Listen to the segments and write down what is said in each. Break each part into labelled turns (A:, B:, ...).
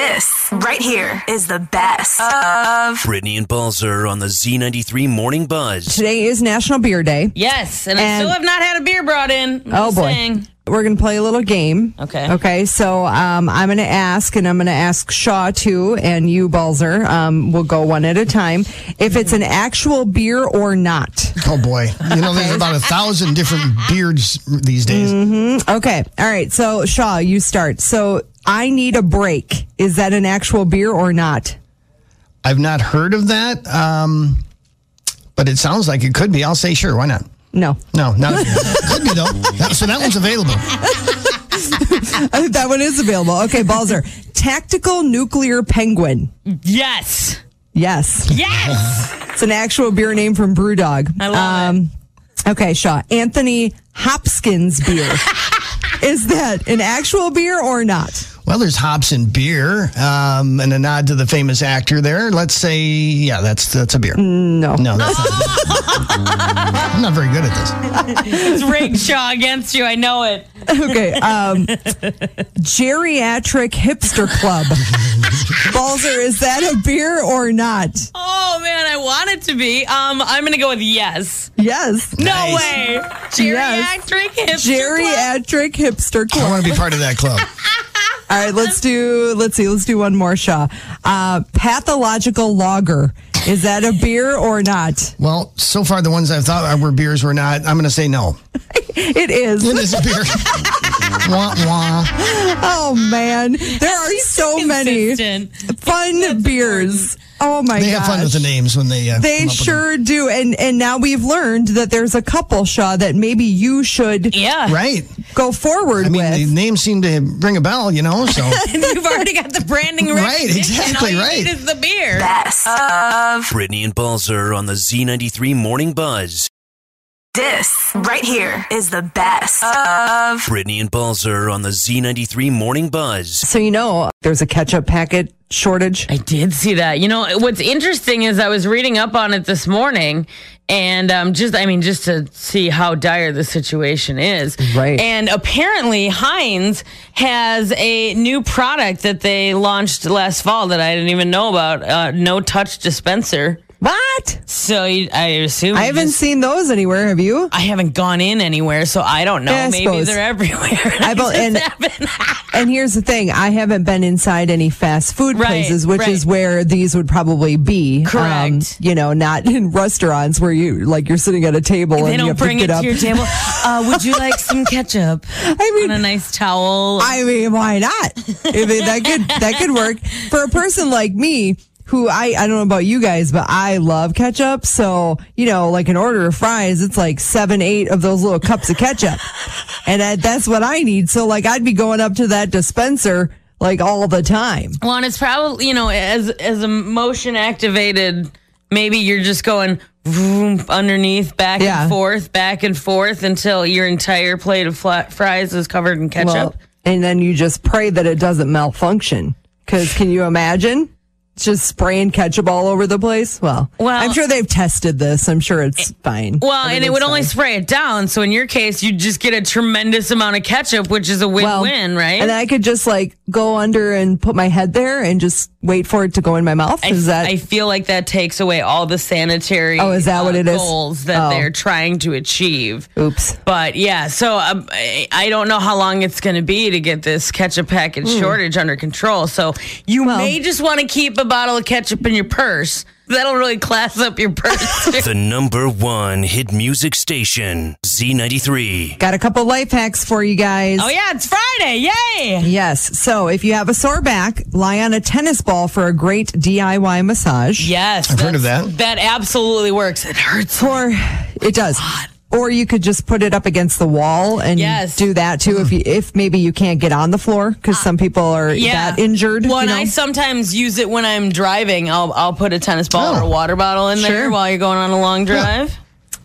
A: This right here is the best of
B: Brittany and Balzer on the Z93 Morning Buzz.
C: Today is National Beer Day.
D: Yes, and, I
C: And-
D: still have not had a beer brought in. I'm
C: Oh
D: just
C: boy.
D: saying.
C: We're going to play a little game.
D: Okay.
C: Okay. So um, I'm going to ask, and I'm going to ask Shaw too, and you, Balzer. Um, we'll go one at a time. If it's an actual beer or not.
E: Oh boy, you know there's about a thousand different beards these days.
C: Okay. All right. So Shaw, you start. So I need a break. Is that an actual beer or not?
E: I've not heard of that, um, but it sounds like it could be. I'll say sure. Why not?
C: No.
E: No, not could be though. That- so that one's available.
C: that one is available. Okay, Balzer. Tactical nuclear penguin.
D: Yes,
C: Yes.
D: yes.
C: It's an actual beer name from Brewdog. Um,
D: I love
C: Okay, Shaw. Anthony Hopkins beer. Is that an actual beer or not?
E: Well, there's hops in beer, um, and a nod to the famous actor there. Let's say, yeah, that's that's a beer.
C: No.
E: No, that's not. I'm not very good at this.
D: it's rigged Shaw against you. I know it.
C: Okay. Um, geriatric hipster club. Balzer, is that a beer or not?
D: Oh man, I want it to be. Um, I'm gonna go with yes.
C: Yes.
D: No
E: Nice.
D: way.
C: Yes.
D: Geriatric hipster club?
C: Geriatric hipster
E: I
C: club.
E: want to be part of that club.
C: All right, let's do. Let's see. Let's do one more, Shaw. Uh, pathological logger. Is that a beer or not?
E: Well, so far the ones I've thought were beers were not. I'm going to say no.
C: It is.
E: It is a beer. wah wah.
C: Oh man, there are so many
D: Ah, Consistent.
C: fun beers. Oh my god,
E: They have fun with the names when they. Uh,
C: They
E: come up with them.
C: sure do. And and now we've learned that there's a couple Shaw that maybe you should
D: Yeah.
E: Right.
C: go forward
E: I mean,
C: with.
E: the names seem to ring a bell, you know. So
D: And You've already got the branding
E: Right,
D: recognition.
E: exactly,
D: All you
E: right.
D: Need is the beer.
A: best of
B: Brittany and Balzer on the Z93 Morning Buzz.
A: this right here is the best of
B: Brittany and Balzer on the Z93 Morning Buzz.
C: so you know, there's a ketchup packet shortage.
D: I did see that. You know, what's interesting is I was reading up on it this morning and um, just, I mean, just to see how dire the situation is.
C: Right.
D: And apparently, Heinz has a new product that they launched last fall that I didn't even know about uh, no touch dispenser.
C: What?
D: So you, I assume.
C: I
D: you
C: haven't
D: just-
C: seen those anywhere. Have you?
D: I haven't gone in anywhere, so I don't know.
C: Yeah, I
D: Maybe
C: suppose.
D: they're everywhere.
C: I bel-
D: just
C: and-
D: haven't-
C: And here's the thing: I haven't been inside any fast food
D: Right,
C: places, which is
D: right.
C: where these would probably be. um,
D: Correct.
C: you know, not in restaurants where you like you're sitting at a table and
D: they
C: you
D: don't
C: have
D: bring
C: to
D: it
C: get up.
D: to your table. Uh, would you like some ketchup?
C: I mean,
D: on a nice towel.
C: I mean, why not? I mean, that could that could work for a person like me who I I don't know about you guys, but I love ketchup. So you know, like an order of fries, it's like seven, eight of those little cups of ketchup, and I, that's what I need. So like, I'd be going up to that dispenser like all the time.
D: Well, and it's probably you know as as a motion activated, maybe you're just going vroom, underneath, back
C: Yeah.
D: and forth, back and forth until your entire plate of flat fries is covered in ketchup.
C: Well, and then you just pray that it doesn't malfunction. Because can you imagine? It's Just spraying ketchup all over the place. Well,
D: Well-
C: I'm sure they've tested this. I'm sure it's fine.
D: well, and it would only spray it down. So in your case, you just get a tremendous amount of ketchup, which is a
C: well,
D: win-win, right?
C: And I could just like go under and put my head there and just wait for it to go in my mouth.
D: I,
C: Is that
D: I feel like that takes away all the sanitary uh,
C: Oh, is that what it is?
D: goals that
C: Oh.
D: they're trying to achieve.
C: oops?
D: But yeah, so um, I, I don't know how long it's going to be to get this ketchup packet shortage under control. So you
C: Hmm. Well-
D: may just want to keep a bottle of ketchup in your purse. That'll really class up your purse.
B: The number one hit music station, Z93.
C: Got a couple life hacks for you guys.
D: oh yeah, it's Friday! Yay!
C: Yes. So if you have a sore back, lie on a tennis ball for a great DIY massage.
D: Yes,
E: I've heard of
D: that's- That absolutely works. It hurts.
C: Or it does. Or you could just put it up against the wall and
D: Yes. Uh,
C: do that too if you if maybe you can't get on the floor because some people are
D: Yeah,
C: that injured.
D: Well,
C: you
D: and
C: know?
D: I sometimes use it when I'm driving. I'll I'll put a tennis ball or
E: Oh.
D: a water bottle in
C: Sure.
D: there while you're going on a long drive.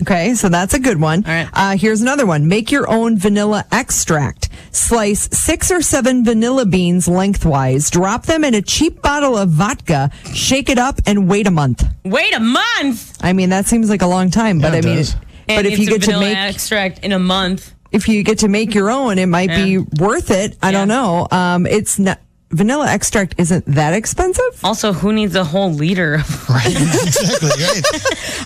C: Okay, so that's a good one.
D: All right.
C: Uh, here's another one. Make your own vanilla extract. Slice six or seven vanilla beans lengthwise. Drop them in a cheap bottle of vodka. Shake it up and wait a month.
D: Wait a month.
C: I mean, that seems like a long time, but
E: Yeah,
C: I
E: it
C: mean,
E: does.
C: but
D: And
C: if you
D: it's a
C: get to
D: vanilla
C: make
D: extract in a month.
C: if you get to make your own, it might be worth it. I don't
D: Yeah.
C: know. Um, it's not. vanilla extract isn't that expensive.
D: Also, who needs a whole liter? of-
E: Right. exactly. Right.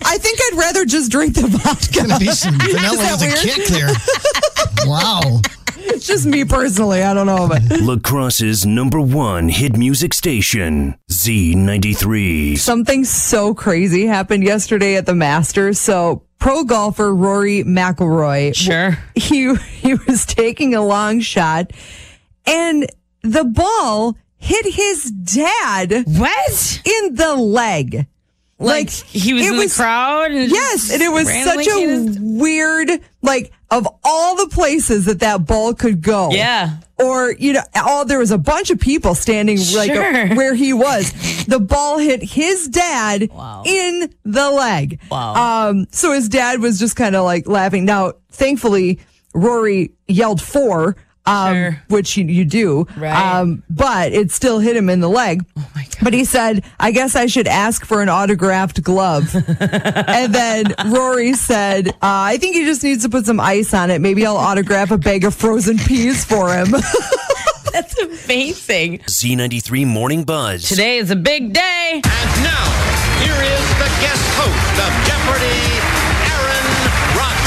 C: I think I'd rather just drink the vodka.
E: Gonna be some vanilla
C: that
E: with a
C: weird?
E: kick there. Wow.
C: It's just me personally. I don't know, but
B: Lacrosse's number one hit music station, Z93.
C: something so crazy happened yesterday at the Masters. So pro golfer Rory McIlroy
D: Sure.
C: he he was taking a long shot and the ball hit his dad
D: What?
C: in the leg.
D: Like, he was
C: it
D: in the crowd. And
C: Yes, and it was
D: randomly
C: such a
D: hit his-
C: weird like of all the places that that ball could go.
D: Yeah.
C: Or you know, all there was a bunch of people standing like
D: Sure.
C: where he was. The ball hit his dad in the leg. Wow. Um so his dad was just kind of like laughing. Now, thankfully, Rory yelled four um
D: Sure.
C: which you, you do.
D: Right.
C: Um but it still hit him in the leg. Oh my god. But he said, "I guess I should ask for an autographed glove." And then Rory said, uh, I think he just needs to put some ice on it. Maybe I'll autograph a bag of frozen peas for him.
D: That's amazing.
B: Z93 Morning Buzz.
D: Today is a big day.
F: And now, here is the guest host of Jeopardy, Aaron Rodgers.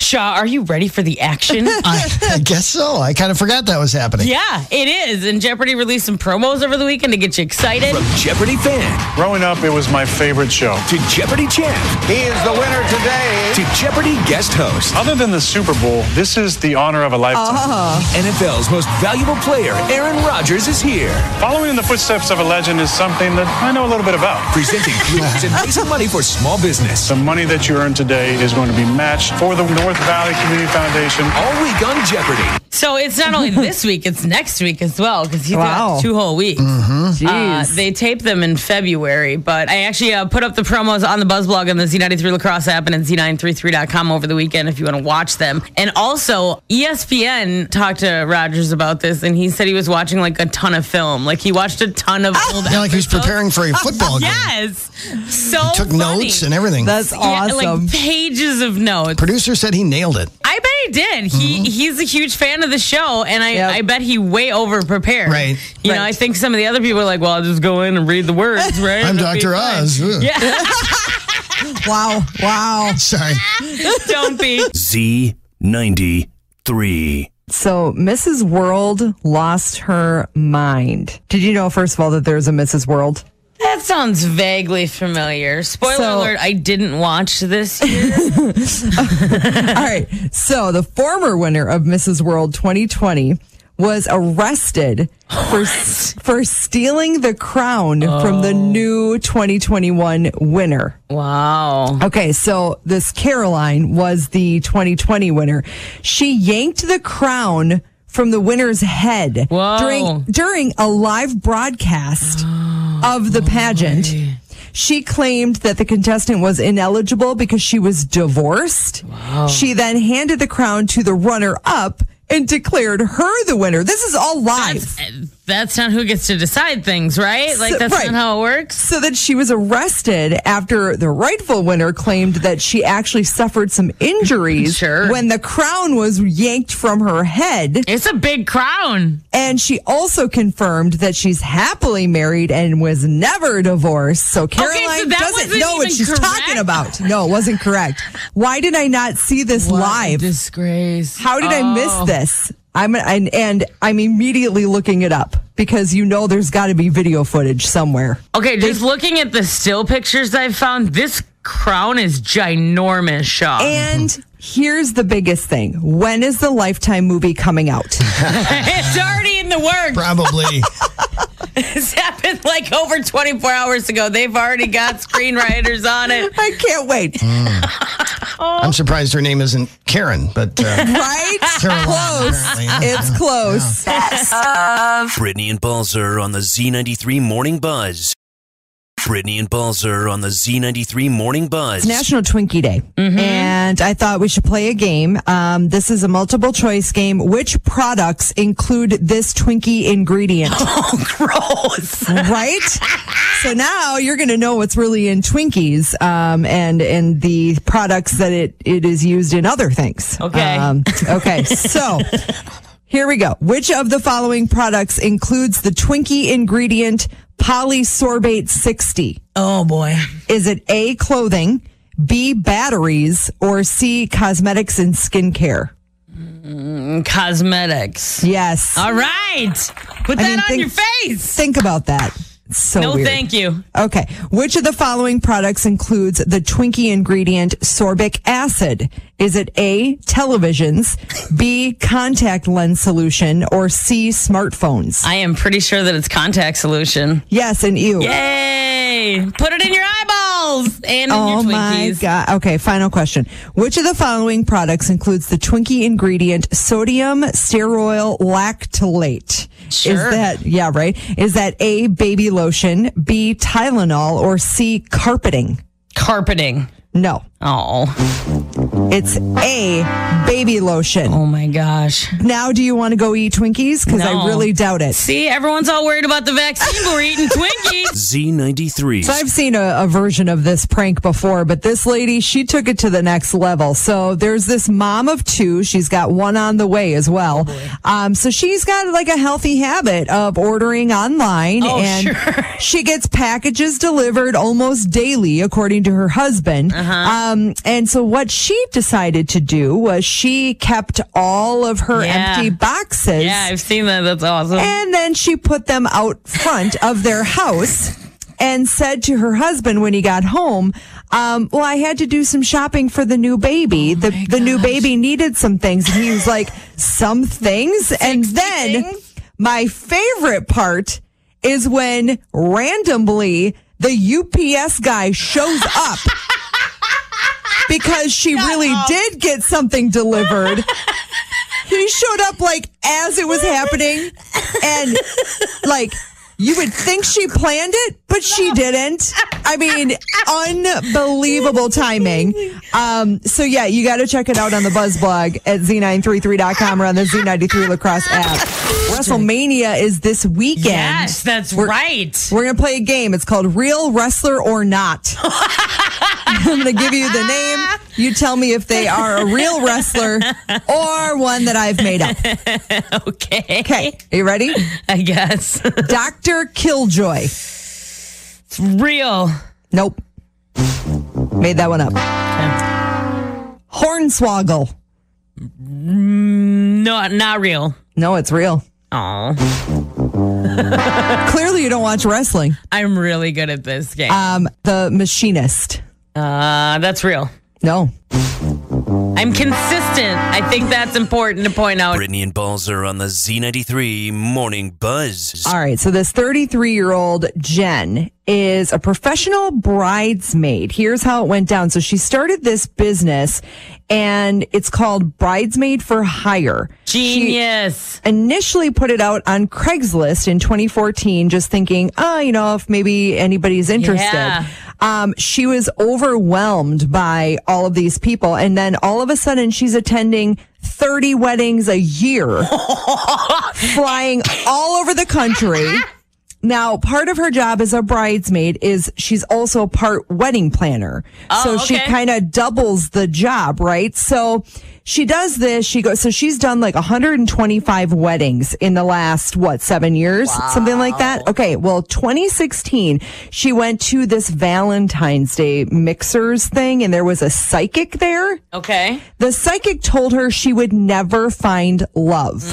D: Shaw, are you ready for the action? Uh,
E: I, I guess so. I kind of forgot that was happening.
D: yeah, it is. And Jeopardy released some promos over the weekend to get you excited.
G: From Jeopardy fan
H: Growing up, it was my favorite show.
G: to Jeopardy champ
F: He is the winner today.
G: to Jeopardy guest host,
H: Other than the Super Bowl, this is the honor of a lifetime.
G: NFL's most valuable player, Aaron Rodgers, is here.
H: Following in the footsteps of a legend is something that I know a little bit about.
G: Presenting clues and raising money for small business.
H: The money that you earn today is going to be matched for the North Valley Community Foundation.
G: All week on Jeopardy.
D: So it's not only this week, it's next week as well, because he's
C: Wow.
D: got two whole weeks. Uh,
C: Jeez.
D: they taped them in February, but I actually uh, put up the promos on the Buzz blog on the Z93 Lacrosse app and at Z933.com over the weekend if you want to watch them. And also, E ESPN talked to Rogers about this, and he said he was watching like a ton of film. Like he watched a ton of old.
E: Yeah, like he was preparing for a football game.
D: Oh, Yes. So
E: Took
D: funny.
E: notes and everything.
C: That's
D: Yeah,
C: awesome.
D: like pages of notes.
E: Producer said he nailed it.
D: I bet he did. He he's a huge fan of the show, and I,
C: Mm-hmm. Yep.
D: I bet he way over prepared.
E: Right.
D: You know,
C: Right.
D: I think some of the other people are like, "Well, I'll just go in and read the words." Right.
E: I'm
D: It'll be
E: Dr.
D: fine."
E: Oz. Ugh.
D: Yeah.
C: wow. Wow.
E: Sorry.
D: Don't be.
B: Z93.
C: So Mrs. World lost her mind. Did you know, first of all, that there's a Mrs. World?
D: That sounds vaguely familiar. Spoiler
C: So-
D: alert: I didn't watch this. year.
C: All right. So the former winner of Mrs. World 2020 was arrested for for stealing the crown from the new 2021 winner.
D: Wow.
C: Okay, so this Caroline was the 2020 winner. She yanked the crown from the winner's head
D: Whoa.
C: during during a live broadcast of the pageant. She claimed that the contestant was ineligible because she was divorced. She then handed the crown to the runner up and declared her the winner. This is all live.
D: That's not who gets to decide things, right? Like
C: So-
D: that's
C: right.
D: not how it works.
C: so that she was arrested after the rightful winner claimed that she actually suffered some injuries
D: Sure.
C: when the crown was yanked from her head.
D: It's a big crown.
C: And she also confirmed that she's happily married and was never divorced. So Caroline
D: that
C: doesn't
D: wasn't
C: know what
D: even
C: she's talking
D: correct?
C: about. No, it wasn't correct. Why did I not see this live?
D: disgrace.
C: How did I miss
D: Oh.
C: this? I'm and, and I'm immediately looking it up because you know there's got to be video footage somewhere.
D: Okay, just looking at the still pictures I've found, this crown is ginormous, Shaw.
C: And here's the biggest thing. When is the Lifetime movie coming out?
D: it's already in the works.
E: Probably.
D: This happened like over 24 hours ago. They've already got screenwriters on it.
C: I can't wait.
E: I'm surprised her name isn't Karen, but uh,
C: Right?
E: Caroline,
C: close.
E: apparently.
C: It's close.
B: Brittany and Balzer on the Z93 Morning Buzz. Brittany and Balzer on the Z93 Morning Buzz.
C: It's National Twinkie Day. And I thought we should play a game. Um, this is a multiple choice game. Which products include this Twinkie ingredient?
D: Gross.
C: right? So now you're going to know what's really in Twinkies um, and and the products that it, it is used in other things.
D: Okay.
C: Um, okay. Um, So Here we go. Which of the following products includes the Twinkie ingredient polysorbate 60?
D: Oh boy.
C: Is it A, clothing, B, batteries, or C, cosmetics and skincare?
D: Cosmetics.
C: Yes.
D: All right. Put that
C: mean,
D: on
C: think-
D: your face.
C: Think about that. It's So
D: no,
C: weird.
D: thank you.
C: Okay. Which of the following products includes the Twinkie ingredient sorbic acid? Is it A, televisions, B, contact lens solution, or C, smartphones?
D: I am pretty sure that it's contact solution.
C: yes, and you.
D: Yay! Put it in your eyeballs and in your
C: Oh my
D: Twinkies.
C: God. Okay. Final question. Which of the following products includes the Twinkie ingredient sodium stearoyl lactylate? Is
D: Sure.
C: that, yeah, right. Is that A, baby lotion, B, Tylenol, or C, carpeting?
D: Carpeting.
C: No.
D: Oh,
C: It's A, baby lotion.
D: oh my gosh.
C: Now, do you want to go eat Twinkies? Because
D: No.
C: I really doubt it.
D: See, everyone's all worried about the vaccine, but we're eating Twinkies.
B: Z93.
C: So I've seen a, a version of this prank before, but this lady, she took it to the next level. So there's this mom of two. She's got one on the way as
D: Oh,
C: well. um, so she's got like a healthy habit of ordering online
D: Oh,
C: and
D: sure.
C: she gets packages delivered almost daily, according to her husband.
D: Uh-huh.
C: Um, and so what she decided to do was she kept all of her
D: Yeah.
C: empty boxes.
D: Yeah, I've seen that. That's awesome.
C: And then she put them out front of their house and said to her husband when he got home, um, well, I had to do some shopping for the new baby. the the new baby needed some things. And he was like, some things. And then my favorite part is when randomly the UPS guy shows up. Because she really did get something delivered. He showed up like as it was happening and like you would think she planned it, but she didn't. I mean, unbelievable timing. Um, so yeah, you got to check it out on the Buzz blog at z933.com or on the Z93 Lacrosse app. WrestleMania is this weekend.
D: yes, that's
C: We're-
D: right.
C: We're going to play a game. It's called Real Wrestler or Not. I'm going to give you the name. You tell me if they are a real wrestler or one that I've made up.
D: okay.
C: Okay. Are you ready?
D: I guess.
C: Dr. Killjoy.
D: it's real.
C: Nope. Made that one up. Hornswoggle.
D: No, not real.
C: No, it's real.
D: Oh,
C: Clearly, you don't watch wrestling.
D: I'm really good at this game.
C: Um, the Machinist.
D: Uh, that's real.
C: No.
D: I'm consistent. I think that's important to point out.
B: Brittany and Balzer on the Z93 Morning Buzz.
C: All right. So this 33 year old Jen is a professional bridesmaid. Here's how it went down. So she started this business and it's called Bridesmaid for Hire. She-
D: Genius.
C: initially put it out on Craigslist in 2014, just thinking, oh, you know, if maybe anybody's interested.
D: Yeah.
C: Um, she was overwhelmed by all of these people. And then all of a sudden, she's attending 30 weddings a year, flying all over the country. Now, part of her job as a bridesmaid is she's also part wedding planner. so she
D: okay.
C: kind of doubles the job, right? So she does this. She goes, so she's done like 125 weddings in the last, what, seven years? Something like that. Okay. Well, 2016, she went to this Valentine's Day mixers thing and there was a psychic there.
D: Okay.
C: The psychic told her she would never find love.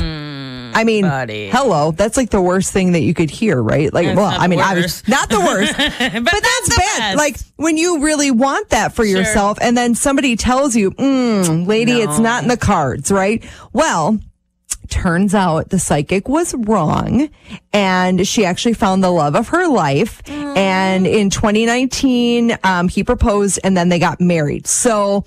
C: I mean,
D: Hmm, buddy.
C: hello, that's like the worst thing that you could hear, right? Like, well,
D: not
C: I
D: the
C: mean, I
D: worst.
C: was not the worst, but,
D: that's
C: that's
D: the
C: bad.
D: best.
C: Like when you really want that for yourself and then somebody tells you, mm, lady, it's not in the cards, right? Well, turns out the psychic was wrong and she actually found the love of her life and in 2019 um, he proposed and then they got married so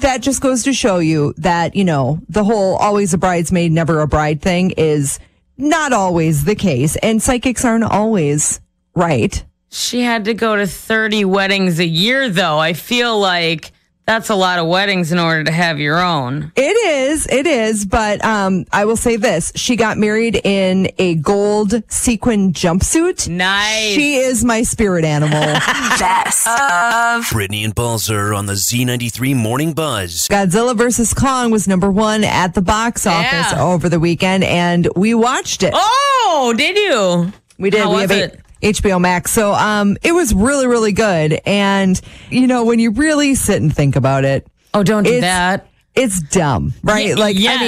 C: that just goes to show you that you know the whole always a bridesmaid never a bride thing is not always the case and psychics aren't always right
D: She had to go to 30 weddings a year, though. I feel like That's a lot of weddings in order to have your own.
C: It is, it is, but um, I will say this: she got married in a gold sequin jumpsuit.
D: Nice.
C: She is my spirit animal.
A: Best of
B: Brittany and Balzer on the Z93 Morning Buzz.
C: Godzilla versus Kong was number one at the box office
D: Yeah.
C: over the weekend, and we watched it.
D: Oh, did you?
C: We did.
D: How
C: we have
D: was it?
C: H- HBO Max. So um, it was really, really good. And you know, when you really sit and think about it,
D: Oh, don't do
C: It's-
D: that.
C: it's dumb, right?
D: Ye-
C: like,
D: yes.
C: I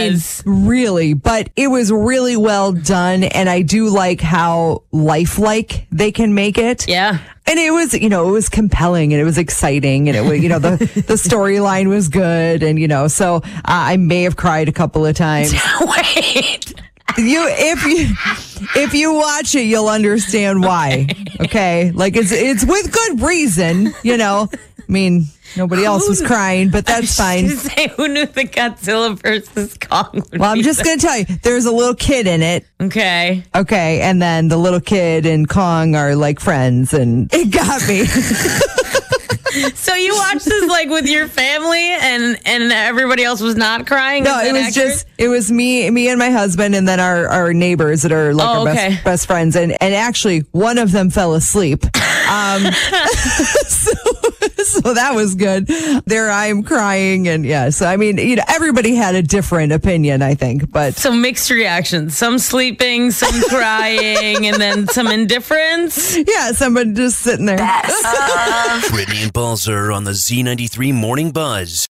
C: mean, really, but it was really well done. And I do like how lifelike they can make it.
D: Yeah.
C: And it was, you know, it was compelling and it was exciting and it was, you know, the, the storyline was good. And, you know, so uh, I may have cried a couple of times.
D: Wait.
C: you if you if you watch it you'll understand why okay like it's it's with good reason you know i mean nobody else was crying but that's fine
D: Just say who knew the Godzilla versus Kong. Would
C: well i'm
D: be
C: just
D: the-
C: gonna tell you there's a little kid in it
D: okay.
C: okay and then the little kid and kong are like friends and it got me
D: So you watched this like with your family, and and everybody else was not crying.
C: no
D: Is
C: it
D: that
C: was
D: accurate?
C: just it was me me and my husband and then our our neighbors that are like
D: Oh,
C: our
D: okay.
C: best, best friends and and actually one of them fell asleep Um, so that was good. There I am crying and yeah, so I mean, you know, everybody had a different opinion, I think, but
D: so mixed reactions. Some sleeping, some crying, and then some indifference.
C: yeah, someone just sitting there.
A: best of
B: Brittany and Balzer on the Z93 Morning Buzz.